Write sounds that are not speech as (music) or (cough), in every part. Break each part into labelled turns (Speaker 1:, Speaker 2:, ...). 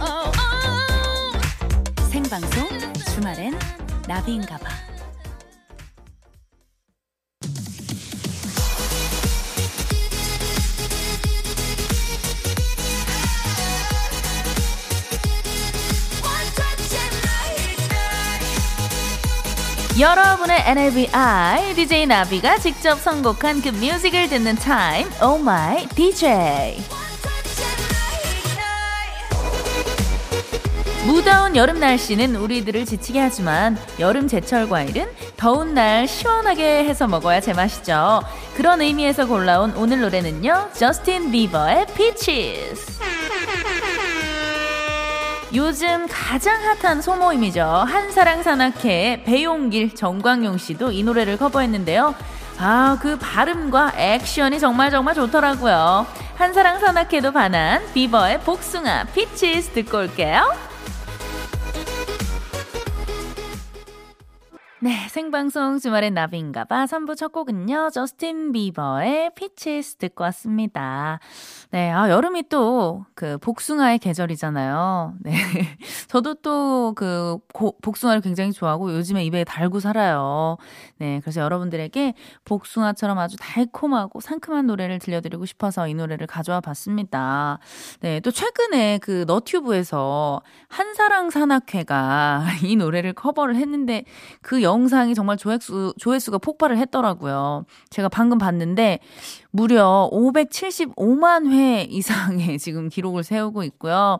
Speaker 1: 어, 생방송 주말엔 나비인가봐. 여러분의 NLBI DJ 나비가 직접 선곡한 그 뮤직을 듣는 타임 Oh My DJ. 무더운 여름 날씨는 우리들을 지치게 하지만 여름 제철 과일은 더운 날 시원하게 해서 먹어야 제맛이죠. 그런 의미에서 골라온 오늘 노래는요. 저스틴 비버의 Peaches. 요즘 가장 핫한 소모임이죠. 한사랑 산악회 배용길, 정광용 씨도 이 노래를 커버했는데요. 아, 그 발음과 액션이 정말 정말 좋더라고요. 한사랑 산악회도 반한 비버의 복숭아, 피치스 듣고 올게요. 네, 생방송 주말엔 나비인가봐 3부 첫 곡은요. 저스틴 비버의 피치스 듣고 왔습니다. 네, 아, 여름이 또 그 복숭아의 계절이잖아요. 네. (laughs) 저도 또 그 복숭아를 굉장히 좋아하고 요즘에 입에 달고 살아요. 네, 그래서 여러분들에게 복숭아처럼 아주 달콤하고 상큼한 노래를 들려드리고 싶어서 이 노래를 가져와 봤습니다. 네, 또 최근에 그 너튜브에서 한사랑 산악회가 (laughs) 이 노래를 커버를 했는데 그 영상이 정말 조회수, 조회수가 폭발을 했더라고요. 제가 방금 봤는데 무려 575만 회 이상의 (laughs) 지금 기록을 세우고 있고요.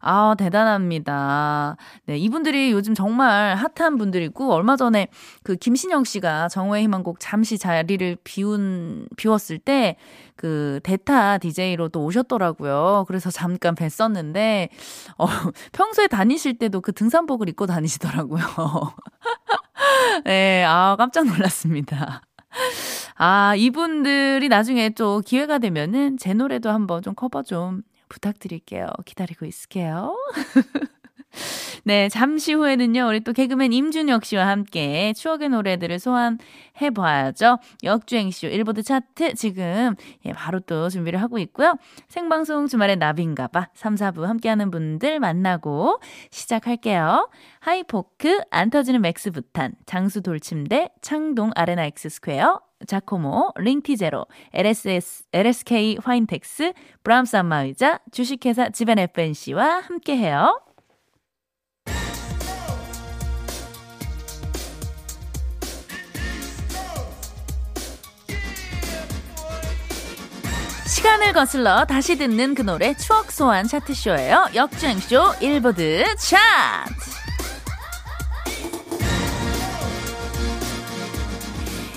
Speaker 1: 아, 대단합니다. 네, 이분들이 요즘 정말 핫한 분들이고 얼마 전에 그 김신영 씨가 정호의 희망곡 잠시 자리를 비운 비웠을 때 그 대타 DJ로 또 오셨더라고요. 그래서 잠깐 뵀었는데 어, 평소에 다니실 때도 그 등산복을 입고 다니시더라고요. (laughs) 네, 아, 깜짝 놀랐습니다. 아, 이분들이 나중에 또 기회가 되면은 제 노래도 한번 좀 커버 좀 부탁드릴게요. 기다리고 있을게요. (laughs) 네, 잠시 후에는요, 우리 또 개그맨 임준혁 씨와 함께 추억의 노래들을 소환해 봐야죠. 역주행쇼 일보드 차트 지금 예, 바로 또 준비를 하고 있고요. 생방송 주말에 나비인가봐 3, 4부 함께하는 분들 만나고 시작할게요. 하이포크, 안 터지는 맥스부탄, 장수 돌침대, 창동 아레나 엑스스퀘어, 자코모, 링티제로, LSS, LSK 화인텍스, 브람스 안마의자, 주식회사 지벤 FNC와 함께해요. 시간을 거슬러 다시 듣는 그 노래 추억 소환 차트쇼예요. 역주행쇼 일보드 차트.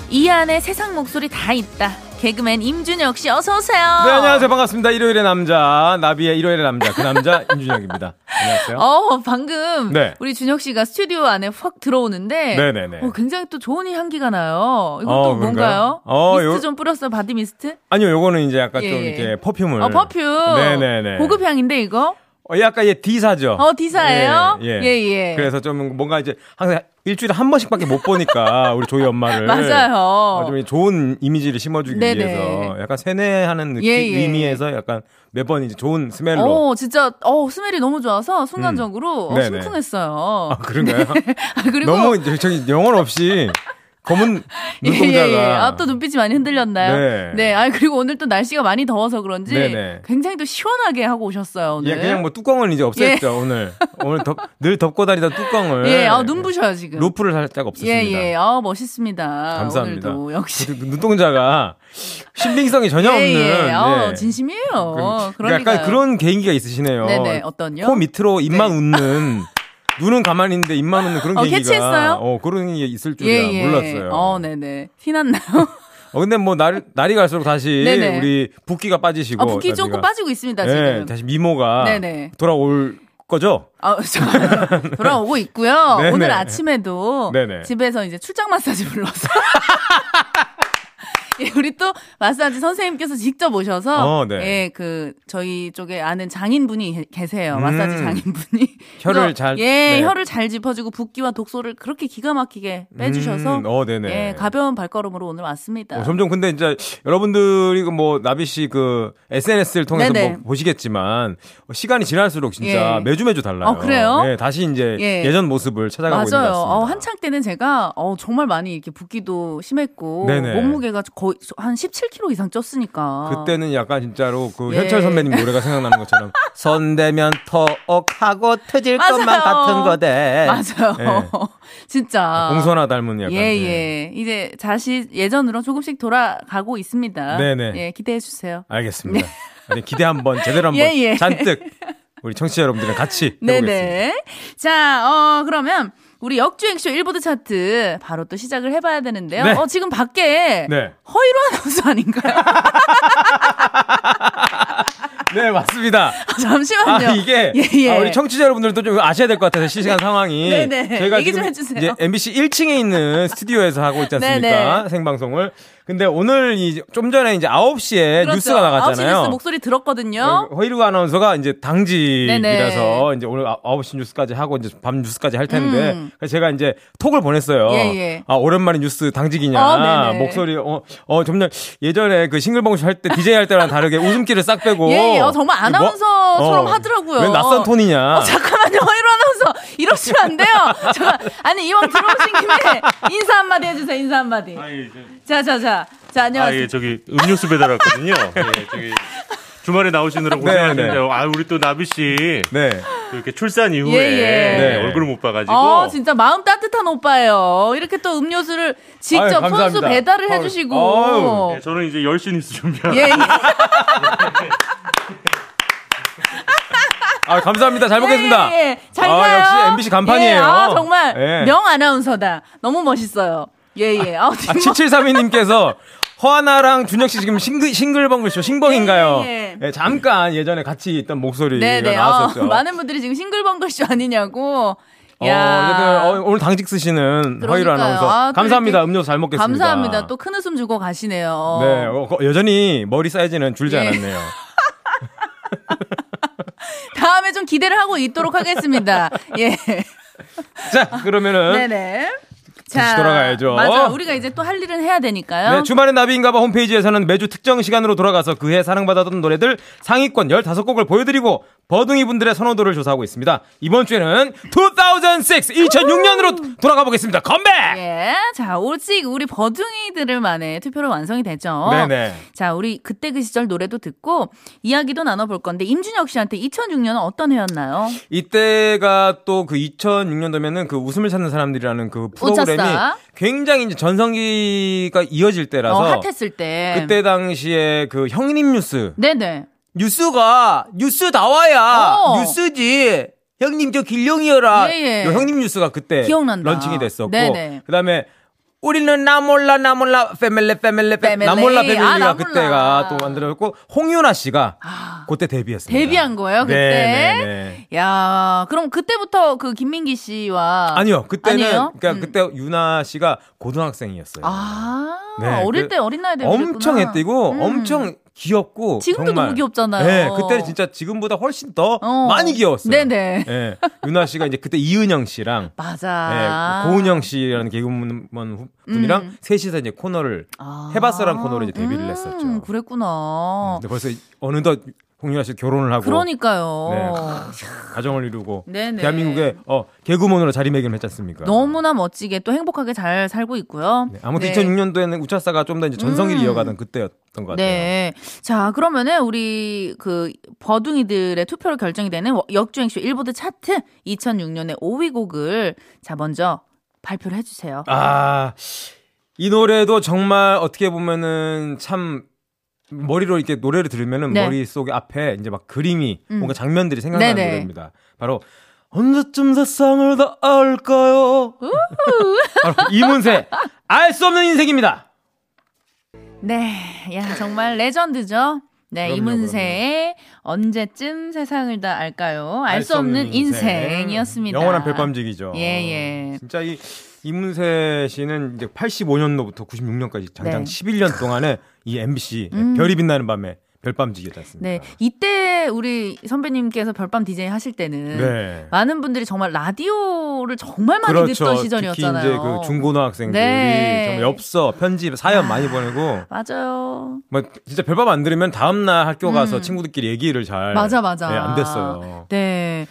Speaker 1: 2 안에 세상 목소리 다 있다. 개그맨 임준혁 씨 어서 오세요.
Speaker 2: 네 안녕하세요 반갑습니다 일요일의 남자 나비의 일요일의 남자 그
Speaker 1: (laughs)
Speaker 2: 남자 임준혁입니다 안녕하세요
Speaker 1: 어 방금
Speaker 2: 네.
Speaker 1: 우리 준혁 씨가 스튜디오 안에 확 들어오는데
Speaker 2: 네네네.
Speaker 1: 어, 굉장히 또 좋은 향기가 나요. 이것도
Speaker 2: 어,
Speaker 1: 뭔가요?
Speaker 2: 그런가요? 어,
Speaker 1: 미스트
Speaker 2: 요-
Speaker 1: 좀 뿌렸어요. 바디 미스트?
Speaker 2: 아니요 요거는 이제 약간
Speaker 1: 예,
Speaker 2: 좀
Speaker 1: 예.
Speaker 2: 이렇게 퍼퓸을
Speaker 1: 어 퍼퓸.
Speaker 2: 네. 네네네
Speaker 1: 고급 향인데 이거?
Speaker 2: 어, 약간 얘 D사죠
Speaker 1: 어, D사예요?
Speaker 2: 예, 예.
Speaker 1: 예, 예.
Speaker 2: 그래서 좀 뭔가 이제 항상 일주일에 한 번씩밖에
Speaker 1: (laughs)
Speaker 2: 못 보니까 우리 조이 엄마를
Speaker 1: 맞아요.
Speaker 2: 어, 좀 좋은 이미지를 심어주기
Speaker 1: 네네.
Speaker 2: 위해서 약간 세뇌하는 느낌
Speaker 1: 예, 예.
Speaker 2: 의미에서 약간 매번 이제 좋은 스멜로
Speaker 1: 어 진짜 어 스멜이 너무 좋아서 순간적으로
Speaker 2: 음.
Speaker 1: 어,
Speaker 2: 네네.
Speaker 1: 심쿵했어요.
Speaker 2: 아 그런가요?
Speaker 1: 아, (laughs) 그리고
Speaker 2: 너무 이제 저기 영혼 없이 검은
Speaker 1: (laughs) 예,
Speaker 2: 눈동자가
Speaker 1: 예, 예. 아, 또 눈빛이 많이 흔들렸나요?
Speaker 2: 네.
Speaker 1: 네. 아, 그리고 오늘 또 날씨가 많이 더워서 그런지
Speaker 2: 네네.
Speaker 1: 굉장히 또 시원하게 하고 오셨어요, 오늘.
Speaker 2: 예, 그냥 뭐 뚜껑을 이제 없앴죠 오늘. 오늘 덮, 늘 덮고 다니다 뚜껑을.
Speaker 1: 예, 아, 눈 부셔요, 지금.
Speaker 2: 로프를 살짝 없앴습니다.
Speaker 1: 예, 예. 아, 멋있습니다.
Speaker 2: 감사합니다.
Speaker 1: 오늘도 역시.
Speaker 2: 근데 눈동자가 신빙성이 전혀
Speaker 1: 예,
Speaker 2: 없는.
Speaker 1: 예. 아,
Speaker 2: 예.
Speaker 1: 진심이에요.
Speaker 2: 그럼
Speaker 1: 그런
Speaker 2: 약간
Speaker 1: 리가요.
Speaker 2: 그런 개인기가 있으시네요.
Speaker 1: 네네, 어떤요? 네.
Speaker 2: 코 밑으로 입만 웃는. 눈은 가만히 있는데 입만 웃는 그런
Speaker 1: 어,
Speaker 2: 개인기가.
Speaker 1: 캐치했어요?
Speaker 2: 어, 그런 게 있을 줄이야
Speaker 1: 예, 예.
Speaker 2: 몰랐어요.
Speaker 1: 어, 네네. 티났나요?
Speaker 2: 어, 근데 뭐 날, 날이 갈수록 다시
Speaker 1: 네네.
Speaker 2: 우리 붓기가 빠지시고.
Speaker 1: 아, 붓기
Speaker 2: 다시가.
Speaker 1: 조금 빠지고 있습니다,
Speaker 2: 예,
Speaker 1: 지금.
Speaker 2: 다시 미모가
Speaker 1: 네네.
Speaker 2: 돌아올 거죠?
Speaker 1: 아, 저-
Speaker 3: (laughs)
Speaker 1: 돌아오고 있고요.
Speaker 2: (laughs) 네네.
Speaker 1: 오늘 아침에도
Speaker 2: 네네.
Speaker 1: 집에서 이제 출장 마사지 불러서
Speaker 3: (laughs) 예, 우리 또 마사지 선생님께서 직접 오셔서
Speaker 2: 어, 네.
Speaker 3: 예, 그 저희 쪽에 아는 장인분이 게- 계세요.
Speaker 2: 음.
Speaker 3: 마사지 장인분이.
Speaker 2: 혀를
Speaker 3: 그래서
Speaker 2: 잘-
Speaker 3: 예,
Speaker 2: 네.
Speaker 3: 혀를 잘 짚어주고 붓기와 독소를 그렇게 기가 막히게 빼주셔서
Speaker 2: 음, 어, 네네.
Speaker 3: 예, 가벼운 발걸음으로 오늘 왔습니다.
Speaker 2: 어, 점점 근데 이제 여러분들이 그뭐 나비 씨 그 SNS를 통해서
Speaker 3: 네네.
Speaker 2: 뭐 보시겠지만 시간이 지날수록 진짜
Speaker 3: 예.
Speaker 2: 매주 매주 달라요.
Speaker 3: 아, 그래요?
Speaker 2: 네, 다시 이제
Speaker 3: 예.
Speaker 2: 예. 전 모습을 찾아가고 있는 것
Speaker 3: 맞아요.
Speaker 2: 같습니다.
Speaker 3: 어, 한창 때는 제가 어, 정말 많이 이렇게 붓기도 심했고
Speaker 2: 네네.
Speaker 3: 몸무게가 거의 한 17kg 이상 쪘으니까
Speaker 2: 그때는 약간 진짜로 그
Speaker 3: 예.
Speaker 2: 현철 선배님 노래가 생각나는 것처럼 선대면 터옥하고 터질
Speaker 3: 맞아요.
Speaker 2: 것만 같은 거대.
Speaker 3: 맞아요. (laughs) 진짜
Speaker 2: 예. 아, 공손하 닮은 약간.
Speaker 3: 아. 예예
Speaker 2: 예.
Speaker 3: 이제 다시 예전으로 조금씩 돌아가고 있습니다.
Speaker 2: 네네.
Speaker 3: 예 기대해 주세요.
Speaker 2: 알겠습니다. 아니, 기대 한번 제대로 한번
Speaker 3: 네. (laughs) 예, 예.
Speaker 2: 잔뜩 우리 청취자 여러분들이랑 같이 해보겠습니다.
Speaker 3: 네네. 자, 어, 그러면 우리 역주행쇼 일보드 차트 바로 또 시작을 해봐야 되는데요.
Speaker 2: 네.
Speaker 3: 어, 지금 밖에
Speaker 2: 네.
Speaker 3: 허이로 아나운서 아닌가요? (laughs)
Speaker 2: 네, 맞습니다.
Speaker 3: 잠시만요.
Speaker 2: 아 이게
Speaker 3: 예, 예.
Speaker 2: 아, 우리 청취자 여러분들도 좀 아셔야 될 것 같아서 실시간 상황이
Speaker 3: 네네.
Speaker 2: 제가
Speaker 3: 얘기 좀
Speaker 2: 지금
Speaker 3: 해주세요.
Speaker 2: 이제 MBC 1층에 있는 스튜디오에서 하고 있지 않습니까
Speaker 3: 네네.
Speaker 2: 생방송을 근데 오늘 이 좀 전에 이제 9시에
Speaker 3: 그렇죠.
Speaker 2: 뉴스가
Speaker 3: 아홉시 뉴스
Speaker 2: 나갔잖아요
Speaker 3: 목소리 들었거든요.
Speaker 2: 어? 허이루 아나운서가 이제 당직이라서
Speaker 3: 어? 네네.
Speaker 2: 이제 오늘 아- 9시 뉴스까지 하고 이제 밤 뉴스까지 할 텐데
Speaker 3: 음.
Speaker 2: 그래서 제가 이제 톡을 보냈어요.
Speaker 3: 예, 예.
Speaker 2: 아 오랜만에 뉴스 당직이냐
Speaker 3: 어, 네네.
Speaker 2: 목소리 어, 어 점점 예전에 그 싱글벙쇼 할때 DJ 할 때랑 다르게 웃음기를 싹 빼고
Speaker 3: 예, 예. 어, 정말
Speaker 2: 이게 뭐-
Speaker 3: 아나운서처럼 하더라고요.
Speaker 2: 왜 낯선 톤이냐?
Speaker 3: 어, 잠깐만요, (laughs) 허이로 아나운서. 이러시면 안 돼요. 잠깐, 아니, 이왕 들어오신 김에 인사 한마디 해주세요, 인사 한마디.
Speaker 4: 아, 예, 저-
Speaker 3: 자, 자, 자. 자,
Speaker 4: 아,
Speaker 3: 안녕하세요. 네,
Speaker 4: 예, 저기 음료수 배달
Speaker 3: (laughs)
Speaker 4: 왔거든요. 예, 저기 주말에 나오시느라 고생하셨는데,
Speaker 2: 네, 네.
Speaker 4: 아, 우리 또 나비 씨
Speaker 2: 네.
Speaker 4: 이렇게 출산 이후에
Speaker 3: 예, 예.
Speaker 2: 네.
Speaker 4: 얼굴을 못 봐가지고
Speaker 3: 어, 진짜 마음 따뜻한 오빠예요. 이렇게 또 음료수를 직접
Speaker 2: 아유,
Speaker 3: 손수
Speaker 2: 감사합니다.
Speaker 3: 배달을
Speaker 2: 아유,
Speaker 3: 해주시고.
Speaker 4: 예, 저는 이제 10시 뉴스 준비하고
Speaker 3: 예, 예.
Speaker 2: 아 감사합니다. 잘 먹겠습니다.
Speaker 3: 예, 예. 잘
Speaker 2: 아,
Speaker 3: 가요.
Speaker 2: 역시 MBC 간판이에요.
Speaker 3: 예, 아, 정말
Speaker 2: 예.
Speaker 3: 명 아나운서다. 너무 멋있어요. 예, 예. 아,
Speaker 2: 아, 7732님께서 허하나랑 준혁 씨 지금 싱글 싱글벙글쇼 싱벙인가요?
Speaker 3: 예, 예.
Speaker 2: 예, 잠깐 예전에 예, 같이 있던 목소리가
Speaker 3: 네네.
Speaker 2: 나왔었죠.
Speaker 3: 어, 많은 분들이 지금 싱글벙글쇼 아니냐고.
Speaker 2: 어,
Speaker 3: 야.
Speaker 2: 어쨌든, 어, 오늘 당직 쓰시는 허이로
Speaker 3: 그러니까요.
Speaker 2: 아나운서
Speaker 3: 아, 또
Speaker 2: 감사합니다.
Speaker 3: 이렇게
Speaker 2: 음료수 잘 먹겠습니다.
Speaker 3: 감사합니다. 또 큰 웃음 주고 가시네요.
Speaker 2: 네, 어, 거- 여전히 머리 사이즈는 줄지
Speaker 3: 예.
Speaker 2: 않았네요. (laughs)
Speaker 3: 다음에 좀 기대를 하고 있도록 하겠습니다. 예.
Speaker 2: 자, 그러면은
Speaker 3: 네네.
Speaker 2: 돌아가야죠.
Speaker 3: 맞아. 우리가 이제 또 할 일은 해야 되니까요.
Speaker 2: 네, 주말의 나비인가봐 홈페이지에서는 매주 특정 시간으로 돌아가서 그해 사랑받았던 노래들 상위권 15곡을 보여드리고 버둥이 분들의 선호도를 조사하고 있습니다. 이번 주에는 2006, 2006년으로 돌아가 보겠습니다. 컴백!
Speaker 3: 예. 자, 오직 우리 버둥이들만의 투표로 완성이 되죠.
Speaker 2: 네네.
Speaker 3: 자, 우리 그때 그 시절 노래도 듣고 이야기도 나눠볼 건데 임준혁 씨한테 2006년은 어떤 해였나요?
Speaker 2: 이때가 또 그 2006년도면은 그 웃음을 찾는 사람들이라는 그 프로그램이
Speaker 3: 웃었어?
Speaker 2: 굉장히 이제 전성기가 이어질 때라서
Speaker 3: 어, 핫했을 때.
Speaker 2: 그때 당시에 그 형님 뉴스
Speaker 3: 네네.
Speaker 2: 뉴스가 뉴스 나와야
Speaker 3: 어.
Speaker 2: 뉴스지. 형님 저 길룡이여라.
Speaker 3: 예, 예.
Speaker 2: 요 형님 뉴스가 그때
Speaker 3: 기억난다.
Speaker 2: 런칭이 됐었고
Speaker 3: 네네.
Speaker 2: 그다음에 우리는 나 몰라 나 몰라 패밀리 패밀리
Speaker 3: 패밀리.
Speaker 2: 패밀리 나 몰라
Speaker 3: 아,
Speaker 2: 패밀리가
Speaker 3: 나 몰라.
Speaker 2: 그때가 또 만들어졌고 홍윤아 씨가 그때 데뷔했습니다. 네,
Speaker 3: 데뷔한 거예요, 그때?
Speaker 2: 네네네.
Speaker 3: 야, 그럼 그때부터 그 김민기 씨와
Speaker 2: 아니요 그때는
Speaker 3: 아니에요?
Speaker 2: 그러니까
Speaker 3: 음.
Speaker 2: 그때 윤아 씨가 고등학생이었어요.
Speaker 3: 아,
Speaker 2: 네,
Speaker 3: 어릴
Speaker 2: 그-
Speaker 3: 때 어린 나이에 데뷔했구나. 음.
Speaker 2: 엄청 애띠고 엄청 귀엽고
Speaker 3: 지금도
Speaker 2: 정말.
Speaker 3: 너무 귀엽잖아요.
Speaker 2: 네, 그때는 진짜 지금보다 훨씬 더
Speaker 3: 어.
Speaker 2: 많이 귀여웠어요.
Speaker 3: 네네.
Speaker 2: 예. 윤아 씨가 이제 그때 이은영 씨랑
Speaker 3: (laughs) 맞아.
Speaker 2: 예, 고은영 씨라는 개그우먼 후- 분이랑
Speaker 3: 음.
Speaker 2: 셋이서 이제 코너를
Speaker 3: 아.
Speaker 2: 해봤어라는 코너로 이제 데뷔를
Speaker 3: 음,
Speaker 2: 했었죠. 음,
Speaker 3: 그랬구나.
Speaker 2: 근데 뭐 벌써 어느덧 홍윤아 씨 결혼을 하고
Speaker 3: 그러니까요.
Speaker 2: 네, 가정을 이루고
Speaker 3: 네네.
Speaker 2: 대한민국의 어, 개그우먼으로 자리매김을 했지 않습니까?
Speaker 3: 너무나 멋지게 또 행복하게 잘 살고 있고요.
Speaker 2: 네, 아무튼
Speaker 3: 네.
Speaker 2: 2006년도에는 우차사가 좀 더 이제 전성기를
Speaker 3: 음.
Speaker 2: 이어가던 그때였던 것 같아요.
Speaker 3: 네. 자, 그러면은 우리 그 버둥이들의 투표로 결정이 되는 워- 역주행쇼 일보드 차트 2006년의 5위 곡을 자, 먼저 발표를 해주세요.
Speaker 2: 아, 이 노래도 정말 어떻게 보면은 참 머리로 이렇게 노래를 들으면은
Speaker 3: 네.
Speaker 2: 머릿속에 앞에 이제 막 그림이
Speaker 3: 음.
Speaker 2: 뭔가 장면들이 생각나는
Speaker 3: 네네.
Speaker 2: 노래입니다. 바로 언제쯤 세상을 다 알까요? 바로 이문세 알 수 없는 인생입니다.
Speaker 3: 네. 야, 정말 레전드죠. 네,
Speaker 2: 그럼요,
Speaker 3: 이문세의 언제쯤 세상을 다 알까요? 알 수 없는 인생이었습니다.
Speaker 2: 영원한 별밤직이죠.
Speaker 3: 예, 예.
Speaker 2: 진짜 이, 김은세 씨는 이제 85년도부터 96년까지
Speaker 3: 네. 음.
Speaker 2: 장장 11년 동안에 이 MBC 별이 빛나는 밤에 별밤지기에 땄습니다.
Speaker 3: 네. 이때 우리 선배님께서 별밤 DJ 하실 때는
Speaker 2: 네.
Speaker 3: 많은 분들이 정말 라디오를 정말 많이 음. 듣던 시절이었잖아요.
Speaker 2: 그렇죠. 특히 이제 그 중고등학생들이
Speaker 3: 네.
Speaker 2: 정말 엽서, 편집, 사연 많이 보내고
Speaker 3: 맞아요.
Speaker 2: 뭐 진짜 별밤 안 들으면 다음 날 학교 가서 친구들끼리 얘기를 잘
Speaker 3: 맞아, 맞아.
Speaker 2: 네, 안 됐어요.
Speaker 3: 네.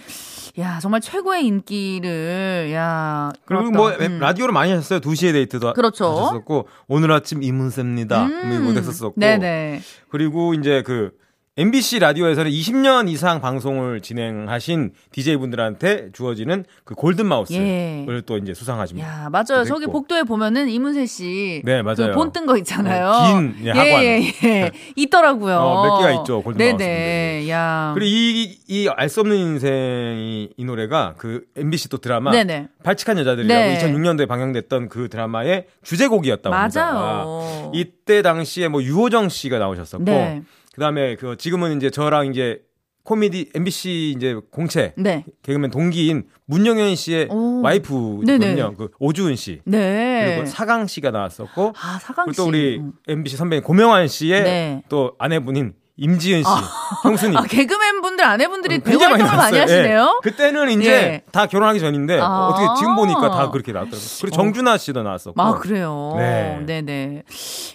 Speaker 3: 야, 정말 최고의 인기를, 야.
Speaker 2: 그리고
Speaker 3: 어떤,
Speaker 2: 뭐
Speaker 3: 음.
Speaker 2: 라디오를 많이 하셨어요. 2시에 데이트도
Speaker 3: 그렇죠.
Speaker 2: 하셨었고 오늘 아침 이문세입니다. 뭐 이거 됐었었고
Speaker 3: 음. 네네.
Speaker 2: 그리고 이제 그 MBC 라디오에서는 20년 이상 방송을 진행하신 DJ분들한테 주어지는 그 골든 마우스를
Speaker 3: 예.
Speaker 2: 또 이제 수상하십니다.
Speaker 3: 야, 맞아요.
Speaker 2: 됐고.
Speaker 3: 저기 복도에 보면은 이문세 씨.
Speaker 2: 음.
Speaker 3: 그
Speaker 2: 네, 맞아요.
Speaker 3: 본뜬 거 있잖아요.
Speaker 2: 어, 긴, 예, 학원.
Speaker 3: 예,
Speaker 2: (laughs)
Speaker 3: 예. 있더라고요.
Speaker 2: 어, 몇 개가 있죠, 골든마우스
Speaker 3: 네네. 야.
Speaker 2: 그리고 이 이 알 수 없는 인생이 이 노래가 그 MBC 또 드라마
Speaker 3: 네네.
Speaker 2: 발칙한 여자들이라고
Speaker 3: 네.
Speaker 2: 2006년도에 방영됐던 그 드라마의 주제곡이었다고 합니다.
Speaker 3: 맞아요.
Speaker 2: 이때 당시에 뭐 유호정 씨가 나오셨었고
Speaker 3: 네.
Speaker 2: 그다음에 그 지금은 이제 저랑 이제 코미디 MBC 이제 공채
Speaker 3: 네.
Speaker 2: 개그맨 동기인 문영현 씨의
Speaker 3: 오. 네네.
Speaker 2: 와이프거든요. 그 오주은 씨.
Speaker 3: 네.
Speaker 2: 그리고 사강 씨가 나왔었고
Speaker 3: 아, 사강
Speaker 2: 그리고
Speaker 3: 씨.
Speaker 2: 또 우리
Speaker 3: 음.
Speaker 2: MBC 선배님 고명환 씨의
Speaker 3: 네.
Speaker 2: 또 아내분인 임지은 씨, 형수님.
Speaker 3: 아, 개그맨 분들, 아내분들이 배우
Speaker 2: 음, 굉장히
Speaker 3: 활동을 많이
Speaker 2: 나왔어요.
Speaker 3: 하시네요?
Speaker 2: 예. 그때는 이제
Speaker 3: 예.
Speaker 2: 다 결혼하기 전인데
Speaker 3: 아. 어.
Speaker 2: 어떻게 지금 보니까 다 그렇게 나왔더라고요. 그리고 정준하 씨도 나왔었고.
Speaker 3: 아, 그래요.
Speaker 2: 어.
Speaker 3: 네.
Speaker 2: 네.
Speaker 3: 네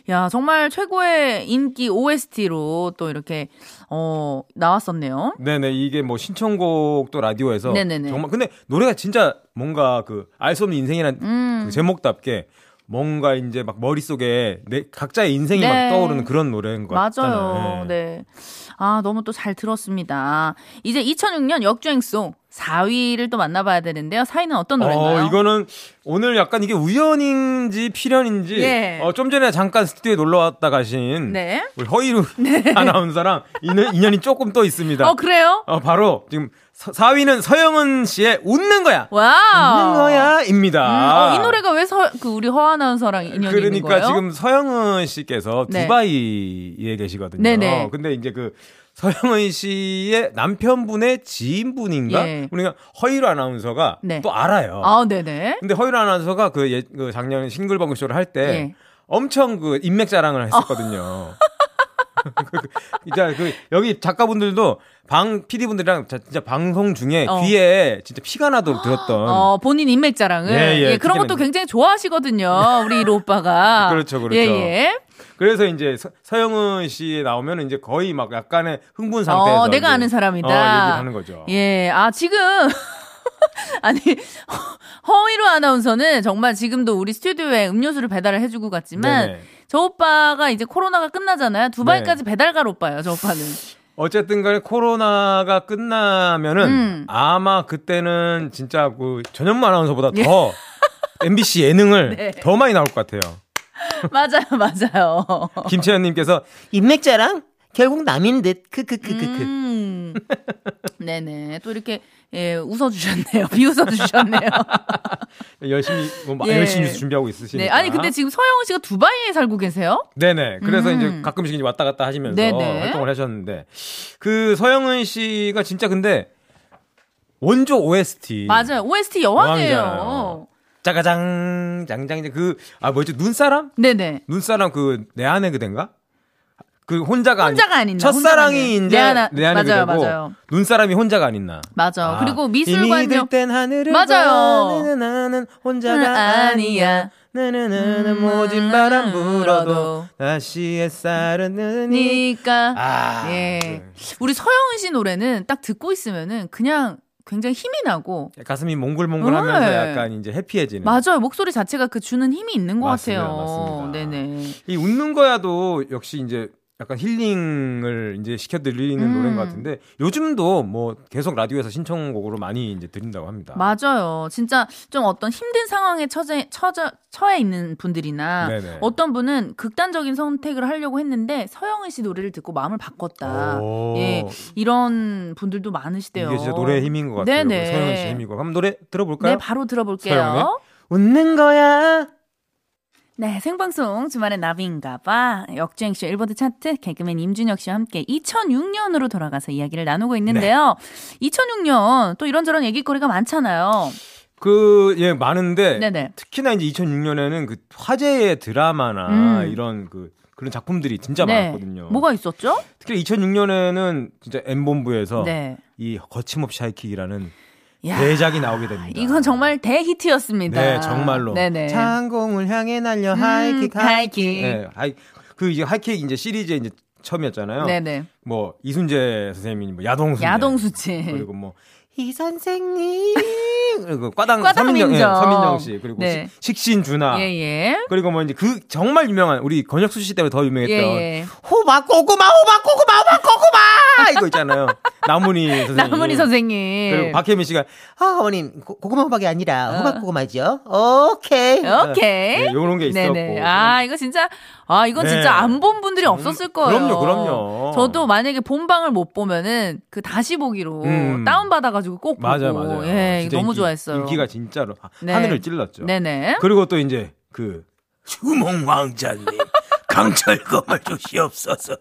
Speaker 3: 야, 정말 최고의 인기 OST로 또 이렇게, 어, 나왔었네요.
Speaker 2: 네네 이게 뭐 신청곡도 라디오에서
Speaker 3: 네네네.
Speaker 2: 정말 근데 노래가 진짜 뭔가 그 알 수 없는 인생이라는
Speaker 3: 음.
Speaker 2: 그 제목답게 뭔가 이제 막 머릿속에 내 각자의 인생이
Speaker 3: 네.
Speaker 2: 막 떠오르는 그런 노래인 것 같잖아요.
Speaker 3: 맞아요.
Speaker 2: 예.
Speaker 3: 네. 아, 너무 또 잘 들었습니다. 이제 2006년 역주행송 4위를 또 만나봐야 되는데요. 4위는 어떤 노래인가요?
Speaker 2: 어, 이거는 오늘 약간 이게 우연인지 필연인지
Speaker 3: 예.
Speaker 2: 어, 좀 전에 잠깐 스튜디오에 놀러 왔다
Speaker 3: (laughs)
Speaker 2: 가신
Speaker 3: 네.
Speaker 2: 우리 허이루 아나운서랑 인연, 인연이 조금 또 있습니다.
Speaker 3: 어, 그래요?
Speaker 2: 어, 바로 지금 4위는 서영은 씨의 웃는 거야.
Speaker 3: 와우.
Speaker 2: 웃는 거야입니다. 아.
Speaker 3: 음, 어, 이 노래가 왜 서, 그 우리 허 아나운서랑 인연이 있는
Speaker 2: 그러니까
Speaker 3: 거예요?
Speaker 2: 지금 서영은 씨께서
Speaker 3: 네.
Speaker 2: 두바이에 계시거든요.
Speaker 3: 네네.
Speaker 2: 근데 이제 그 서영은 씨의 남편분의 지인분인가?
Speaker 3: 예.
Speaker 2: 우리가 허이루 아나운서가
Speaker 3: 네.
Speaker 2: 또 알아요.
Speaker 3: 아, 네네.
Speaker 2: 근데 허율 아나운서가 그, 예, 그 작년에 싱글벙글 쇼를 할 때
Speaker 3: 예.
Speaker 2: 엄청 그 인맥
Speaker 3: (laughs)
Speaker 2: 자랑을 했었거든요. 진짜 그 여기 작가분들도 방 PD 분들이랑 자- 진짜 방송 중에
Speaker 3: 어.
Speaker 2: 귀에 진짜 피가 나도록 들었던
Speaker 3: 어, 본인 인맥 자랑을.
Speaker 2: 음. 예, 예,
Speaker 3: 그런 것도
Speaker 2: 특히나.
Speaker 3: 굉장히 좋아하시거든요. 우리 이로 오빠가.
Speaker 2: (laughs) 그렇죠, 그렇죠.
Speaker 3: 예, 예.
Speaker 2: 그래서 이제 서, 서영은 씨 나오면 이제 거의 막 약간의 흥분 그 상태에서
Speaker 3: 어, 내가
Speaker 2: 이제,
Speaker 3: 아는 사람이다.
Speaker 2: 어, 얘기를 하는 거죠.
Speaker 3: 예, 아, 지금. (laughs) 아니, 허위로 아나운서는 정말 지금도 우리 스튜디오에 음료수를 배달을 해주고 갔지만,
Speaker 2: 네네. 네.
Speaker 3: 저 오빠가 이제 코로나가 끝나잖아요. 두바이까지 배달갈 오빠예요, 저 오빠는. (laughs)
Speaker 2: 어쨌든 간에 코로나가 끝나면은
Speaker 3: 음.
Speaker 2: 아마 그때는 진짜 그 전현무 아나운서보다
Speaker 3: (laughs)
Speaker 2: 더 MBC 예능을
Speaker 3: 예. 네.
Speaker 2: 더 많이 나올 것 같아요.
Speaker 3: 맞아요, 맞아요.
Speaker 2: 김채연님께서
Speaker 5: 인맥자랑 결국 남인 듯 그,
Speaker 2: 그,
Speaker 5: 크크크크크.
Speaker 3: 음. 네네. 또 이렇게, 예, 웃어주셨네요. (laughs) 비웃어주셨네요.
Speaker 2: 열심히 뭐 마-
Speaker 3: 예.
Speaker 2: 열심히 뉴스 준비하고 있으시니까.
Speaker 3: 네. 아니, 근데 지금 서영 씨가 두바이에 살고 계세요?
Speaker 2: 네네. 그래서
Speaker 3: 음.
Speaker 2: 이제 가끔씩 이제 왔다 갔다 하시면서
Speaker 3: 네네.
Speaker 2: 활동을 하셨는데 그 서영은 씨가 진짜 근데 원조 OST
Speaker 3: 맞아요. OST 여왕이에요.
Speaker 2: 예. 여왕이잖아요. 짜가장 장장 그아 뭐였지 눈사람
Speaker 3: 네네.
Speaker 2: 눈사람 그 내 안의 그댄가? 그 혼자가 아니-
Speaker 3: 혼자가 아닌 나,
Speaker 2: 첫사랑이
Speaker 3: 혼자가 아닌
Speaker 2: 이제
Speaker 3: 내 안아-
Speaker 2: 내 안의
Speaker 3: 맞아요,
Speaker 2: 그대고
Speaker 3: 맞아요.
Speaker 2: 눈사람이 혼자가 아닌 나.
Speaker 3: 맞아.
Speaker 2: 아,
Speaker 3: 그리고
Speaker 2: 힘이 들
Speaker 3: 미술관요.
Speaker 2: 땐 하늘을
Speaker 3: 맞아요.
Speaker 2: 봐, 나는 나는
Speaker 3: 나는
Speaker 2: 혼자가
Speaker 3: 아니야.
Speaker 2: 아니야. 나는
Speaker 3: 음,
Speaker 2: 모진 바람 불어도 다시 햇살은 느니.
Speaker 3: 니까
Speaker 2: 아.
Speaker 3: 예.
Speaker 2: 네.
Speaker 3: 우리 서영은 씨 노래는 딱 듣고 있으면은 그냥 굉장히 힘이 나고
Speaker 2: 가슴이 몽글몽글하면서
Speaker 3: 네.
Speaker 2: 약간 이제 해피해지는.
Speaker 3: 맞아요. 목소리 자체가 그 주는 힘이 있는 것
Speaker 2: 네. 맞습니다,
Speaker 3: 같아요.
Speaker 2: 맞습니다.
Speaker 3: 네네.
Speaker 2: 이 웃는 거야도 역시 이제 약간 힐링을 이제 시켜드리는
Speaker 3: 음.
Speaker 2: 노래인 것 같은데 요즘도 뭐 계속 라디오에서 신청곡으로 많이 이제 드린다고 합니다.
Speaker 3: 맞아요. 진짜 좀 어떤 힘든 상황에 처해, 처져, 처해 있는 분들이나
Speaker 2: 네네.
Speaker 3: 어떤 분은 극단적인 선택을 하려고 했는데 서영은 씨 노래를 듣고 마음을 바꿨다.
Speaker 2: 오.
Speaker 3: 예. 이런 분들도 많으시대요.
Speaker 2: 이게 진짜 노래의 힘인 것 같아요.
Speaker 3: 네네.
Speaker 2: 우리 서영은 씨 힘이고. 한번 노래 들어볼까요?
Speaker 3: 네, 바로 들어볼게요.
Speaker 2: 서영은의? 웃는 거야.
Speaker 3: 네, 생방송 주말의 나비인가봐 역주행쇼 일보드 차트 개그맨 임준혁 씨와 함께 2006년으로
Speaker 2: 네.
Speaker 3: 돌아가서 이야기를 나누고 있는데요. 2006년 또 이런저런 얘기거리가 많잖아요.
Speaker 2: 그, 예, 많은데.
Speaker 3: 네네.
Speaker 2: 특히나 이제 2006년에는 그 화제의 드라마나
Speaker 3: 음.
Speaker 2: 이런 그, 그런 작품들이 진짜 많았거든요.
Speaker 3: 네. 뭐가 있었죠?
Speaker 2: 특히 2006년에는 진짜 M본부에서
Speaker 3: 네.
Speaker 2: 이 거침없이 하이킥이라는
Speaker 3: 야,
Speaker 2: 어. 대작이 나오게 됩니다.
Speaker 3: 이건 정말 대히트였습니다.
Speaker 2: 네, 정말로.
Speaker 3: 네네.
Speaker 5: 창공을 향해 날려
Speaker 3: 음,
Speaker 5: 하이킥 하이.
Speaker 3: 하이킥.
Speaker 2: 네, 하이, 그 이제 하이킥 이제 시리즈 이제 처음이었잖아요.
Speaker 3: 네네.
Speaker 2: 뭐 이순재 선생님이 뭐 야동순.
Speaker 3: 야동수치.
Speaker 2: 그리고 뭐
Speaker 5: 이 선생님. (laughs)
Speaker 2: 그리고 과당
Speaker 3: 과당
Speaker 2: 서민정, 예,
Speaker 3: 민정.
Speaker 2: 서민정 씨 그리고
Speaker 3: 네.
Speaker 2: 식- 식신 준아
Speaker 3: 예예.
Speaker 2: 그리고 뭐 이제 그 정말 유명한 우리 권혁수 씨 때문에 더 유명했던
Speaker 3: 예예.
Speaker 5: 호박 고구마 호박 고구마 호박 고구마.
Speaker 2: 아 이거 있잖아요 나문희 선생님
Speaker 3: (laughs) 나문희 선생님.
Speaker 2: 아. 그리고 박혜민 씨가
Speaker 5: 아 어머님 고, 고구마 호박이
Speaker 3: 어.
Speaker 5: 아니라 호박 고구마죠. 오케이.
Speaker 3: 오케이.
Speaker 2: 네, 요런 게 있었고.
Speaker 3: 네네. 아, 이거 진짜, 아, 이건
Speaker 2: 네.
Speaker 3: 진짜 안 본 분들이 없었을 거예요.
Speaker 2: 그럼요, 그럼요.
Speaker 3: 저도 만약에 본방을 못 보면은 그 다시 보기로
Speaker 2: 음.
Speaker 3: 다운받아가지고 꼭 보고.
Speaker 2: 맞아요 맞아요
Speaker 3: 예, 이거
Speaker 2: 진짜
Speaker 3: 너무
Speaker 2: 인기-
Speaker 3: 좋아했어요.
Speaker 2: 인기가 진짜로 하-
Speaker 3: 네.
Speaker 2: 하늘을 찔렀죠
Speaker 3: 네네. (laughs)
Speaker 2: 그리고 또 이제 그
Speaker 6: 주몽 왕자님 강철검을 주시옵소서.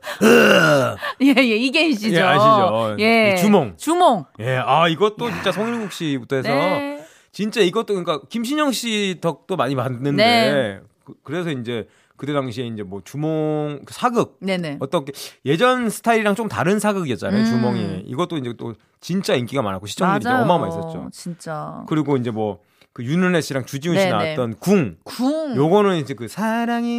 Speaker 3: 예, 예, 이계인 씨죠.
Speaker 2: 예, 아시죠.
Speaker 3: 예.
Speaker 2: 주몽.
Speaker 3: 주몽.
Speaker 2: 예, 아, 이것도 진짜 성일국 씨부터 해서
Speaker 3: 네.
Speaker 2: 진짜 이것도 그러니까 김신영 씨 덕도 많이 봤는데
Speaker 3: 네.
Speaker 2: 그, 래서 이제 그때 당시에 이제 뭐 주몽 그 사극
Speaker 3: 네네.
Speaker 2: 어떻게 예전 스타일이랑 좀 다른 사극이었잖아요
Speaker 3: 음.
Speaker 2: 주몽이 이것도 이제 또 진짜 인기가 많았고 시청률이
Speaker 3: 맞아요.
Speaker 2: 어마어마했었죠.
Speaker 3: 진짜.
Speaker 2: 그리고 이제 뭐 그 윤은혜 씨랑 주지훈 씨
Speaker 3: 네, 네.
Speaker 2: 나왔던 궁
Speaker 3: 궁.
Speaker 2: 요거는 이제 그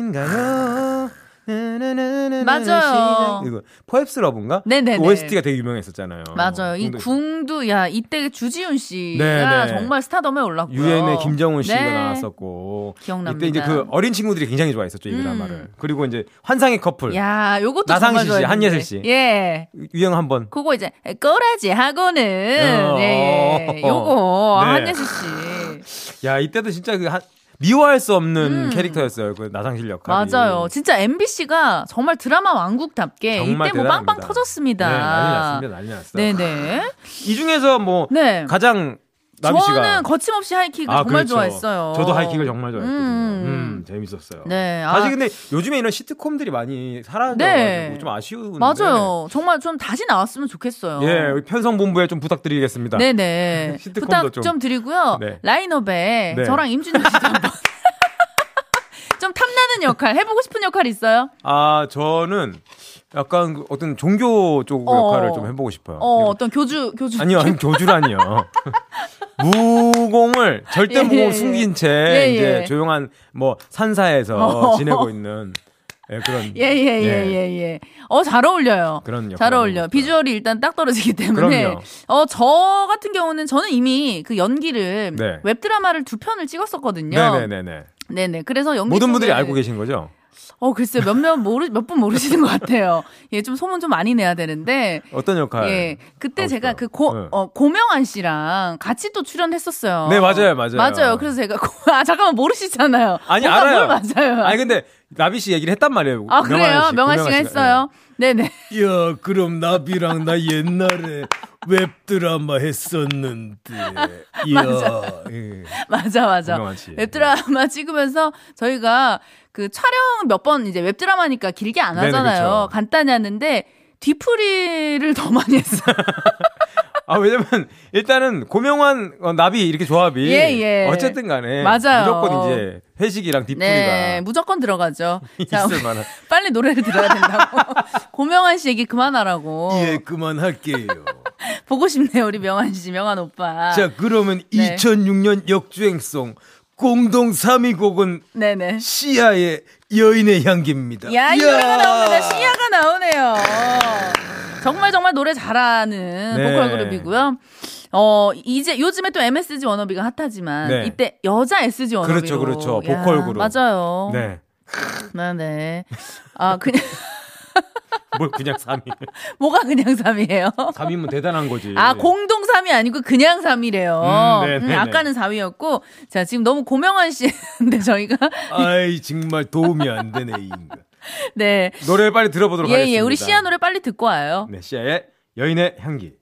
Speaker 2: 사랑인가요? 나나나나나
Speaker 3: 맞아요.
Speaker 2: 시작. 이거 포앱스 러브인가?
Speaker 3: 네네네.
Speaker 2: 그 OST가 되게 유명했었잖아요.
Speaker 3: 맞아요. 이
Speaker 2: 궁도
Speaker 3: 궁도 야 이때 주지훈 씨가
Speaker 2: 네, 네.
Speaker 3: 정말 스타덤에 올랐고요.
Speaker 2: 유엔의 김정은 씨가
Speaker 3: 네.
Speaker 2: 나왔었고
Speaker 3: 기억납니다.
Speaker 2: 이때 이제 그 어린 친구들이 굉장히 좋아했었죠 이
Speaker 3: 음.
Speaker 2: 드라마를. 그리고 이제 환상의 커플
Speaker 3: 야, 요것도
Speaker 2: 나상시
Speaker 3: 정말
Speaker 2: 씨,
Speaker 3: 좋아했는데.
Speaker 2: 한예슬 씨.
Speaker 3: 예.
Speaker 2: 유행 한번.
Speaker 3: 그거 이제 꼬라지 하고는
Speaker 2: 어.
Speaker 3: 예, 예. 요거
Speaker 2: 네.
Speaker 3: 한예슬 씨.
Speaker 2: 야 이때도 진짜 그 한- 미워할 수 없는 캐릭터였어요 그 나상실 역할이.
Speaker 3: 음.
Speaker 2: 네,
Speaker 3: 맞아요. 진짜 MBC가 정말 드라마 왕국답게
Speaker 2: 정말
Speaker 3: 이때 뭐
Speaker 2: 대단합니다.
Speaker 3: 빵빵 터졌습니다.
Speaker 2: 네, 난리 났습니다. 난리 났어요.
Speaker 3: 네네.
Speaker 2: 이 중에서 뭐
Speaker 3: 네.
Speaker 2: 가장 나비 씨가
Speaker 3: 저는 거침없이 하이킥을 정말
Speaker 2: 그렇죠.
Speaker 3: 좋아했어요.
Speaker 2: 저도 하이킥을 정말 좋아했거든요.
Speaker 3: 음.
Speaker 2: 음, 재밌었어요.
Speaker 3: 네. 아,
Speaker 2: 사실 근데 요즘에 이런 시트콤들이 많이 사라져가지고
Speaker 3: 네.
Speaker 2: 좀 아쉬운데.
Speaker 3: 맞아요. 정말 좀 다시 나왔으면 좋겠어요.
Speaker 2: 예, 우리 편성본부에 좀 부탁드리겠습니다.
Speaker 3: 네네.
Speaker 2: (laughs) 시트콤도
Speaker 3: 부탁 좀,
Speaker 2: 좀
Speaker 3: 드리고요.
Speaker 2: 네.
Speaker 3: 라인업에
Speaker 2: 네.
Speaker 3: 저랑 임준혁 씨도
Speaker 2: (laughs)
Speaker 3: 한번 (laughs) 좀 탐나는 역할 해보고 싶은 역할 있어요?
Speaker 2: 아 저는 약간 그 어떤 종교 쪽
Speaker 3: 어.
Speaker 2: 역할을 좀 해보고 싶어요.
Speaker 3: 어, 어떤 교주 교주
Speaker 2: 아니요, 아니 교주라니요. 무공을 절대
Speaker 3: 예,
Speaker 2: 무공
Speaker 3: 예, 예.
Speaker 2: 을 숨긴 채
Speaker 3: 예,
Speaker 2: 이제
Speaker 3: 예.
Speaker 2: 조용한 뭐 산사에서
Speaker 3: 어.
Speaker 2: 지내고 있는 예, 그런
Speaker 3: 예예예예 예, 예. 어 잘 어울려요.
Speaker 2: 그런 역할
Speaker 3: 잘 어울려.
Speaker 2: 해보고 싶어요.
Speaker 3: 비주얼이 일단 딱 떨어지기 때문에.
Speaker 2: 그럼요.
Speaker 3: 어 저 같은 경우는 저는 이미 그 연기를
Speaker 2: 네.
Speaker 3: 웹 드라마를 두 편을 찍었었거든요.
Speaker 2: 네네네네
Speaker 3: 네네. 그래서 연기
Speaker 2: 모든 분들이
Speaker 3: 쪽을-
Speaker 2: 알고 계신 거죠?
Speaker 3: 어 글쎄 몇몇 모르 몇 분 모르시는 것
Speaker 2: (laughs)
Speaker 3: 같아요. 예 좀 소문 좀 많이 내야 되는데.
Speaker 2: 어떤 역할?
Speaker 3: 예, 그때
Speaker 2: 하고
Speaker 3: 제가
Speaker 2: 싶어요.
Speaker 3: 그 고,
Speaker 2: 네.
Speaker 3: 어, 고명환 씨랑 같이 또 출연했었어요.
Speaker 2: 네, 맞아요, 맞아요.
Speaker 3: 맞아요. 그래서 제가, 고- 아, 잠깐만, 모르시잖아요.
Speaker 2: 아니
Speaker 3: 뭐가
Speaker 2: 알아요.
Speaker 3: 뭘 맞아요.
Speaker 2: 아니 근데 나비 씨 얘기를 했단 말이에요.
Speaker 3: 아 그래요?
Speaker 2: 씨, 예.
Speaker 3: 명아
Speaker 2: 고명환
Speaker 3: 씨가 했어요. 네네. (laughs)
Speaker 6: 야, 그럼 나비랑 나 옛날에 웹드라마
Speaker 3: (laughs)
Speaker 6: 했었는데. 야, 예.
Speaker 3: 맞아 맞아.
Speaker 2: 고명환 씨.
Speaker 3: 웹드라마 찍으면서 저희가 그 촬영 몇 번 이제 웹드라마니까 길게 안
Speaker 2: 네네,
Speaker 3: 하잖아요.
Speaker 2: 그쵸.
Speaker 3: 간단히 하는데 뒤풀이를 더 많이
Speaker 2: (laughs)
Speaker 3: 했어요.
Speaker 2: 아 왜냐면 일단은 고명환 어, 나비 이렇게 조합이
Speaker 3: 예, 예.
Speaker 2: 어쨌든 간에
Speaker 3: 맞아요.
Speaker 2: 무조건 이제 회식이랑 뒷풀이가
Speaker 3: 네, 무조건
Speaker 2: (laughs)
Speaker 3: 들어가죠. 자,
Speaker 2: 있을 만한
Speaker 3: (laughs) 빨리 노래를 들어야 된다고. (laughs) 고명환 씨 얘기 그만하라고.
Speaker 6: 예, 그만할게요.
Speaker 3: 보고 싶네요, 우리 명환 씨, 명환 오빠.
Speaker 6: 자, 그러면
Speaker 3: 아. 네.
Speaker 6: 2006년 역주행송 공동 3위 곡은
Speaker 3: 네네.
Speaker 6: 시아의 여인의 향기입니다.
Speaker 3: 야, 이
Speaker 6: 이야.
Speaker 3: 노래가 나옵니다. 시야가 나오네요. 정말 정말 노래 잘하는
Speaker 2: 네.
Speaker 3: 보컬 그룹이고요. 어, 이제 요즘에 또 MSG 워너비가 핫하지만
Speaker 2: 네.
Speaker 3: 이때 여자 SG 워너비
Speaker 2: 그렇죠, 그렇죠. 보컬 그룹.
Speaker 3: 맞아요. 네.
Speaker 2: 네.
Speaker 3: 네, 아, 그냥 (laughs)
Speaker 2: 뭘뭐 그냥 (laughs) 3위.
Speaker 3: 뭐가 그냥 3위예요?
Speaker 2: 3위면 대단한 거지.
Speaker 3: 아, 공동 3위 아니고 그냥 3위래요.
Speaker 2: 예, 음, 네, 네, 네.
Speaker 3: 아까는 4위였고 자, 지금 너무 고명환 씨인데 저희가
Speaker 6: 아이, 정말 도움이 안 되네, 이 인간.
Speaker 3: 네.
Speaker 2: 노래 빨리 들어보도록
Speaker 3: 예,
Speaker 2: 하겠습니다.
Speaker 3: 예. 우리 시아 노래 빨리 듣고 와요.
Speaker 2: 네, 시아의 여인의 향기.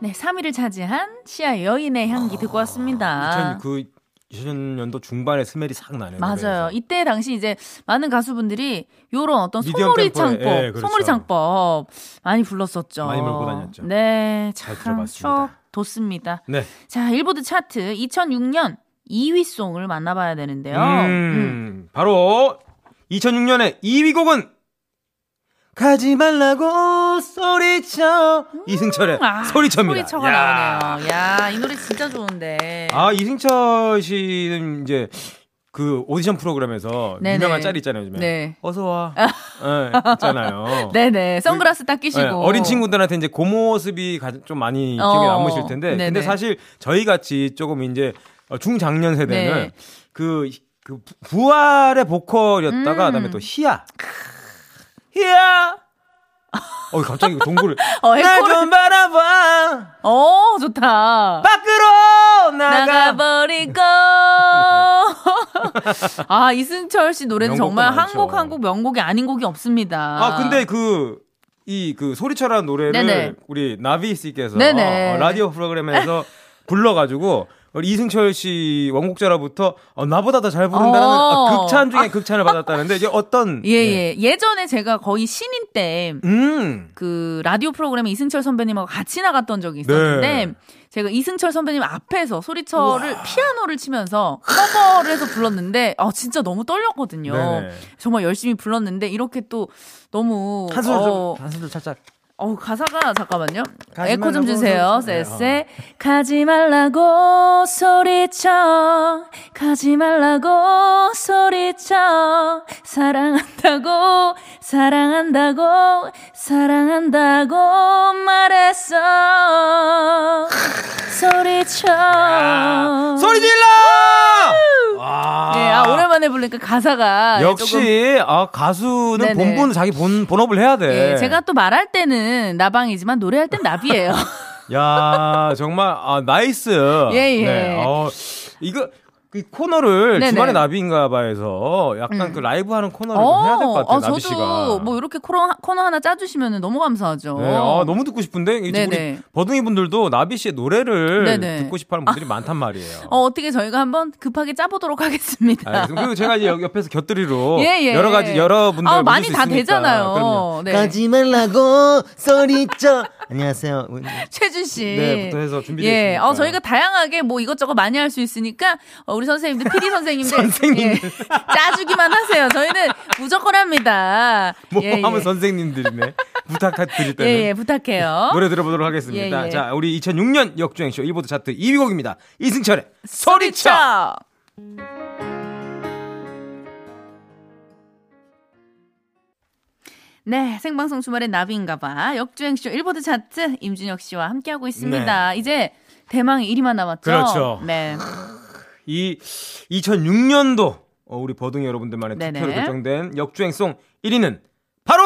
Speaker 3: 네, 3위를 차지한 시아 여인의 향기 듣고 왔습니다.
Speaker 2: 2009 2000년도 그 중반에 스멜이 싹 나네요.
Speaker 3: 아. 맞아요.
Speaker 2: 노래에서.
Speaker 3: 이때 당시 이제 많은 가수분들이 요런 어떤
Speaker 2: 미디엄
Speaker 3: 소몰이
Speaker 2: 템포의,
Speaker 3: 창법,
Speaker 2: 예, 그렇죠.
Speaker 3: 소몰이 창법 많이 불렀었죠.
Speaker 2: 많이 몰고 다녔죠.
Speaker 3: 네,
Speaker 2: 잘
Speaker 3: 참
Speaker 2: 들어봤습니다.
Speaker 3: 추억 뒀습니다.
Speaker 2: 네.
Speaker 3: 자, 일보드 차트 2006년 2위 송을 만나봐야 되는데요. 음.
Speaker 2: 음, 바로 2006년에 2위 곡은 가지 말라고 소리쳐 이승철의
Speaker 3: 아,
Speaker 2: 소리쳐입니다.
Speaker 3: 소리쳐가
Speaker 2: 야.
Speaker 3: 나오네요. 야, 이 노래 진짜 좋은데.
Speaker 2: 아 이승철 씨는 이제 그 오디션 프로그램에서
Speaker 3: 네네.
Speaker 2: 유명한 짤이 있잖아요. 요즘에
Speaker 3: 네.
Speaker 2: 어서
Speaker 3: (laughs)
Speaker 2: 와 네, 있잖아요.
Speaker 3: 네네. 선글라스 딱 끼시고.
Speaker 2: 네, 어린 친구들한테 이제 그 모습이 가- 좀 많이 기억에
Speaker 3: 어,
Speaker 2: 남으실 텐데
Speaker 3: 네네.
Speaker 2: 근데 사실 저희 같이 조금 이제 어, 중장년
Speaker 3: 네.
Speaker 2: 세대는 그, 그 부- 부활의 보컬이었다가
Speaker 3: 음.
Speaker 2: 그다음에 또 희야 희야 어 갑자기 동굴을
Speaker 3: (laughs) 어,
Speaker 2: 날
Speaker 3: 에코를-
Speaker 2: 네, 좀 바라봐
Speaker 3: 어, 좋다.
Speaker 2: 밖으로 나가
Speaker 3: 나가버리고. (laughs) 아, 이승철 씨 노래는
Speaker 2: 명곡도
Speaker 3: 정말
Speaker 2: 많죠.
Speaker 3: 한곡 한 곡 명곡이 아닌 곡이 없습니다.
Speaker 2: 아 근데 그 이 그 소리쳐라는 노래를
Speaker 3: 네네.
Speaker 2: 우리 나비 씨께서
Speaker 3: 네네.
Speaker 2: 어, 라디오
Speaker 3: (laughs)
Speaker 2: 프로그램에서 불러가지고 우리 이승철 씨 원곡자로부터 어, 나보다 더 잘 부른다는
Speaker 3: 어.
Speaker 2: 어, 극찬 중에 극찬을 받았다는데 이게 어떤
Speaker 3: (laughs)
Speaker 2: 네.
Speaker 3: 예, 예. 예전에 제가 거의 신인 때,
Speaker 2: 음.
Speaker 3: 그 라디오 프로그램에 이승철 선배님하고 같이 나갔던 적이 있었는데
Speaker 2: 네.
Speaker 3: 제가 이승철 선배님 앞에서 소리쳐를 피아노를 치면서 커버를 해서 불렀는데 아 진짜 너무 떨렸거든요.
Speaker 2: 네네.
Speaker 3: 정말 열심히 불렀는데 이렇게 또 너무
Speaker 2: 한숨 좀
Speaker 3: 어,
Speaker 2: 한숨 좀 살짝
Speaker 3: 어우, 가사가 잠깐만요.
Speaker 2: 가지
Speaker 3: 에코 좀
Speaker 2: 말라고
Speaker 3: 주세요.
Speaker 2: 소리-
Speaker 3: 쎄쎄 가지 말라고 소리쳐 가지 말라고 소리쳐 사랑한다고 사랑한다고 사랑한다고 말했어 소리쳐
Speaker 2: 소리 질러 와.
Speaker 3: 네, 아, 오랜만에 부르니까 가사가 조금
Speaker 2: 역시 아 가수는
Speaker 3: 네네.
Speaker 2: 본분 자기 본 본업을 해야 돼
Speaker 3: 예, 제가 또 말할 때는 나방이지만 노래할 땐 나비예요.
Speaker 2: 야 정말 아 나이스.
Speaker 3: 예, 예.
Speaker 2: 어, 이거 그 코너를
Speaker 3: 네네. 음.
Speaker 2: 주말에 나비인가봐에서 약간 그 라이브하는 코너를 좀 해야 될 것 같아요.
Speaker 3: 어,
Speaker 2: 나비
Speaker 3: 저도
Speaker 2: 씨가.
Speaker 3: 뭐 이렇게 코너, 코너 하나 짜주시면 너무 감사하죠.
Speaker 2: 네, 아, 너무 듣고 싶은데 이제
Speaker 3: 네네.
Speaker 2: 우리 버둥이 분들도 나비 씨의 노래를
Speaker 3: 네네.
Speaker 2: 듣고 싶어하는 분들이 많단 말이에요.
Speaker 3: 어, 어떻게 저희가 한번 급하게 짜보도록 하겠습니다.
Speaker 2: 알겠습니다. 그리고 제가 이제 여기 옆에서 곁들이로
Speaker 3: (laughs) 예, 예.
Speaker 2: 아, 뭐 여러 가지 여러분들
Speaker 3: 아,
Speaker 2: 모실
Speaker 3: 많이
Speaker 2: 수
Speaker 3: 다
Speaker 2: 있으니까.
Speaker 3: 되잖아요.
Speaker 2: 그럼요.
Speaker 3: 네.
Speaker 5: 가지 말라고 소리쳐. 안녕하세요.
Speaker 3: 최준 씨.
Speaker 2: 네부터 해서 준비되어
Speaker 3: 예,
Speaker 2: 있으니까요.
Speaker 3: 어, 저희가 다양하게 뭐 이것저것 많이 할 수 있으니까, 어, 우리 선생님들,
Speaker 2: (laughs)
Speaker 3: PD 선생님들. 예,
Speaker 2: 선생님들.
Speaker 3: (laughs) 짜주기만 하세요. 저희는 무조건 합니다.
Speaker 2: 뭐
Speaker 3: 예, 예.
Speaker 2: 하면 선생님들이네 부탁드릴 때는
Speaker 3: 예, 예, 부탁해요.
Speaker 2: 노래 들어보도록 하겠습니다.
Speaker 3: 예, 예.
Speaker 2: 자, 우리 2006년 역주행쇼 일보드 차트 2위 곡입니다. 이승철의 소리쳐!
Speaker 3: 네, 생방송 주말엔 나비인가봐. 역주행쇼 일보드 차트 임준혁 씨와 함께하고 있습니다. 이제 대망의 1위만 남았죠.
Speaker 2: 네. 그렇죠.
Speaker 3: 네,
Speaker 2: 이 2006년도 어, 우리 버둥이 여러분들만의
Speaker 3: 네네.
Speaker 2: 투표로 결정된 역주행송 1위는 바로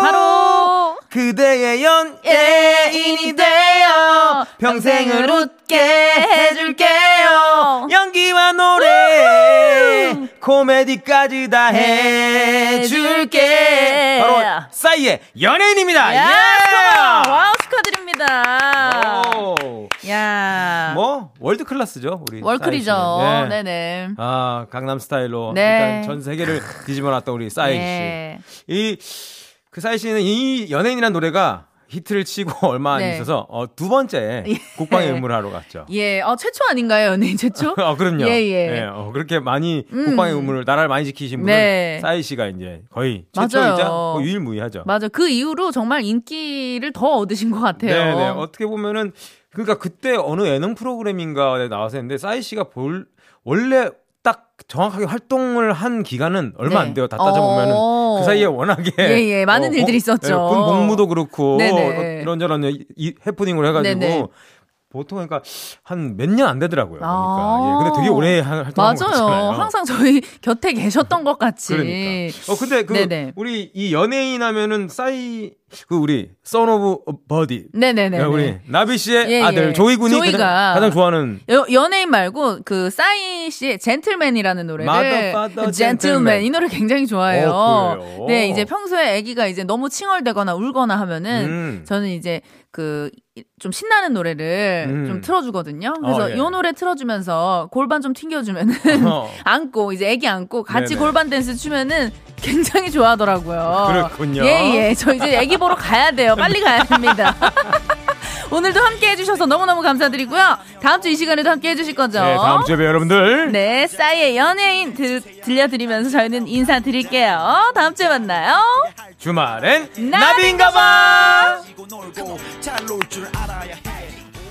Speaker 3: 바로
Speaker 2: 그대의
Speaker 3: 예인이
Speaker 2: 연예인이
Speaker 3: 돼요.
Speaker 2: 돼요.
Speaker 3: 평생을
Speaker 2: 평생을
Speaker 3: 웃게
Speaker 2: 웃게
Speaker 3: 해줄게요.
Speaker 2: 해줄게요. 연기와 노래, 코미디까지 다 해줄게. 바로 싸이의 연예인입니다.
Speaker 3: 야,
Speaker 2: 예!
Speaker 3: 와우 축하드립니다.
Speaker 2: 오.
Speaker 3: 야,
Speaker 2: 뭐 월드 클래스죠 우리
Speaker 3: 월클이죠.
Speaker 2: 싸이 씨. 예.
Speaker 3: 네네.
Speaker 2: 아 강남 스타일로
Speaker 3: 네.
Speaker 2: 일단 전 세계를 뒤집어놨던 우리 싸이
Speaker 3: 예.
Speaker 2: 씨이그 싸이 씨는 이 연예인이란 노래가 히트를 치고 (laughs) 얼마 안
Speaker 3: 네.
Speaker 2: 있어서 어, 두 번째
Speaker 3: 예.
Speaker 2: 국방의 의무를 하러 갔죠.
Speaker 3: 예, 어, 최초 아닌가요, 연예인
Speaker 2: (laughs)
Speaker 3: 최초?
Speaker 2: 아 그럼요.
Speaker 3: 예, 예.
Speaker 2: 어, 그렇게 많이
Speaker 3: 음.
Speaker 2: 국방의 의무를 나라를 많이 지키신 분은
Speaker 3: 네.
Speaker 2: 싸이 씨가 이제 거의
Speaker 3: 맞아요.
Speaker 2: 최초이자 거의 유일무이하죠.
Speaker 3: 맞아. 그 이후로 정말 인기를 더 얻으신 것 같아요.
Speaker 2: 네네. 어떻게 보면은 그러니까 그때 어느 예능 프로그램인가에 나와서 했는데 싸이 씨가 볼 원래 딱 정확하게 활동을 한 기간은 얼마
Speaker 3: 네.
Speaker 2: 안 돼요. 다 따져보면은
Speaker 3: 어.
Speaker 2: 그 사이에 워낙에
Speaker 3: 예, 예. 많은 일들이
Speaker 2: 공-
Speaker 3: 있었죠.
Speaker 2: 예, 군 복무도 그렇고 어,
Speaker 3: 네네.
Speaker 2: 이런저런 이- 이- 해프닝을 해가지고
Speaker 3: 네네.
Speaker 2: 보통 그러니까 한 몇 년 안 되더라고요.
Speaker 3: 아.
Speaker 2: 그러니까 예, 근데 되게 오래 한- 활동한 거
Speaker 3: 맞아요.
Speaker 2: 같잖아요.
Speaker 3: 항상 저희 (laughs) 곁에 계셨던 것 같이.
Speaker 2: 그러니까. 어 근데 그
Speaker 3: 네네.
Speaker 2: 우리 이 연예인 하면은 싸이 그 우리 선 오브 버디
Speaker 3: 네네네.
Speaker 2: 야, 우리 나비 씨의
Speaker 3: 예, 예.
Speaker 2: 아들 조이 군이
Speaker 3: 조이가-
Speaker 2: 가장, 가장 좋아하는
Speaker 3: 여- 연예인 말고 그 싸이 씨의 젠틀맨이라는 노래를
Speaker 2: Motherfucker
Speaker 3: 젠틀맨 이 노래 굉장히 좋아해요.
Speaker 2: 어, 그래요?
Speaker 3: 네, 이제 평소에 아기가 이제 너무 칭얼대거나 울거나 하면은
Speaker 2: 음.
Speaker 3: 저는 이제 그 좀 신나는 노래를
Speaker 2: 음.
Speaker 3: 좀 틀어주거든요. 그래서
Speaker 2: 어, 예.
Speaker 3: 이 노래 틀어주면서 골반 좀 튕겨주면은
Speaker 2: (laughs) 어.
Speaker 3: (laughs) 안고 이제 아기 안고 같이
Speaker 2: 네네.
Speaker 3: 골반 댄스 추면은 굉장히 좋아하더라고요. 예,
Speaker 2: 그렇군요. (laughs)
Speaker 3: 예예, 저 이제 아기 보러 가야 돼요. 빨리 가야 됩니다. 오늘도 함께 해주셔서 너무너무 감사드리고요. 다음 주 이 시간에도 함께 해주실 거죠?
Speaker 2: 네, 다음 주에 봬요, 여러분들.
Speaker 3: 네, 싸이의 연예인 드- 들려드리면서 저희는 인사드릴게요. 다음 주에 만나요.
Speaker 2: 주말엔
Speaker 3: 나비인가봐!
Speaker 7: 지고 놀고 잘 놀 줄 알아야 해.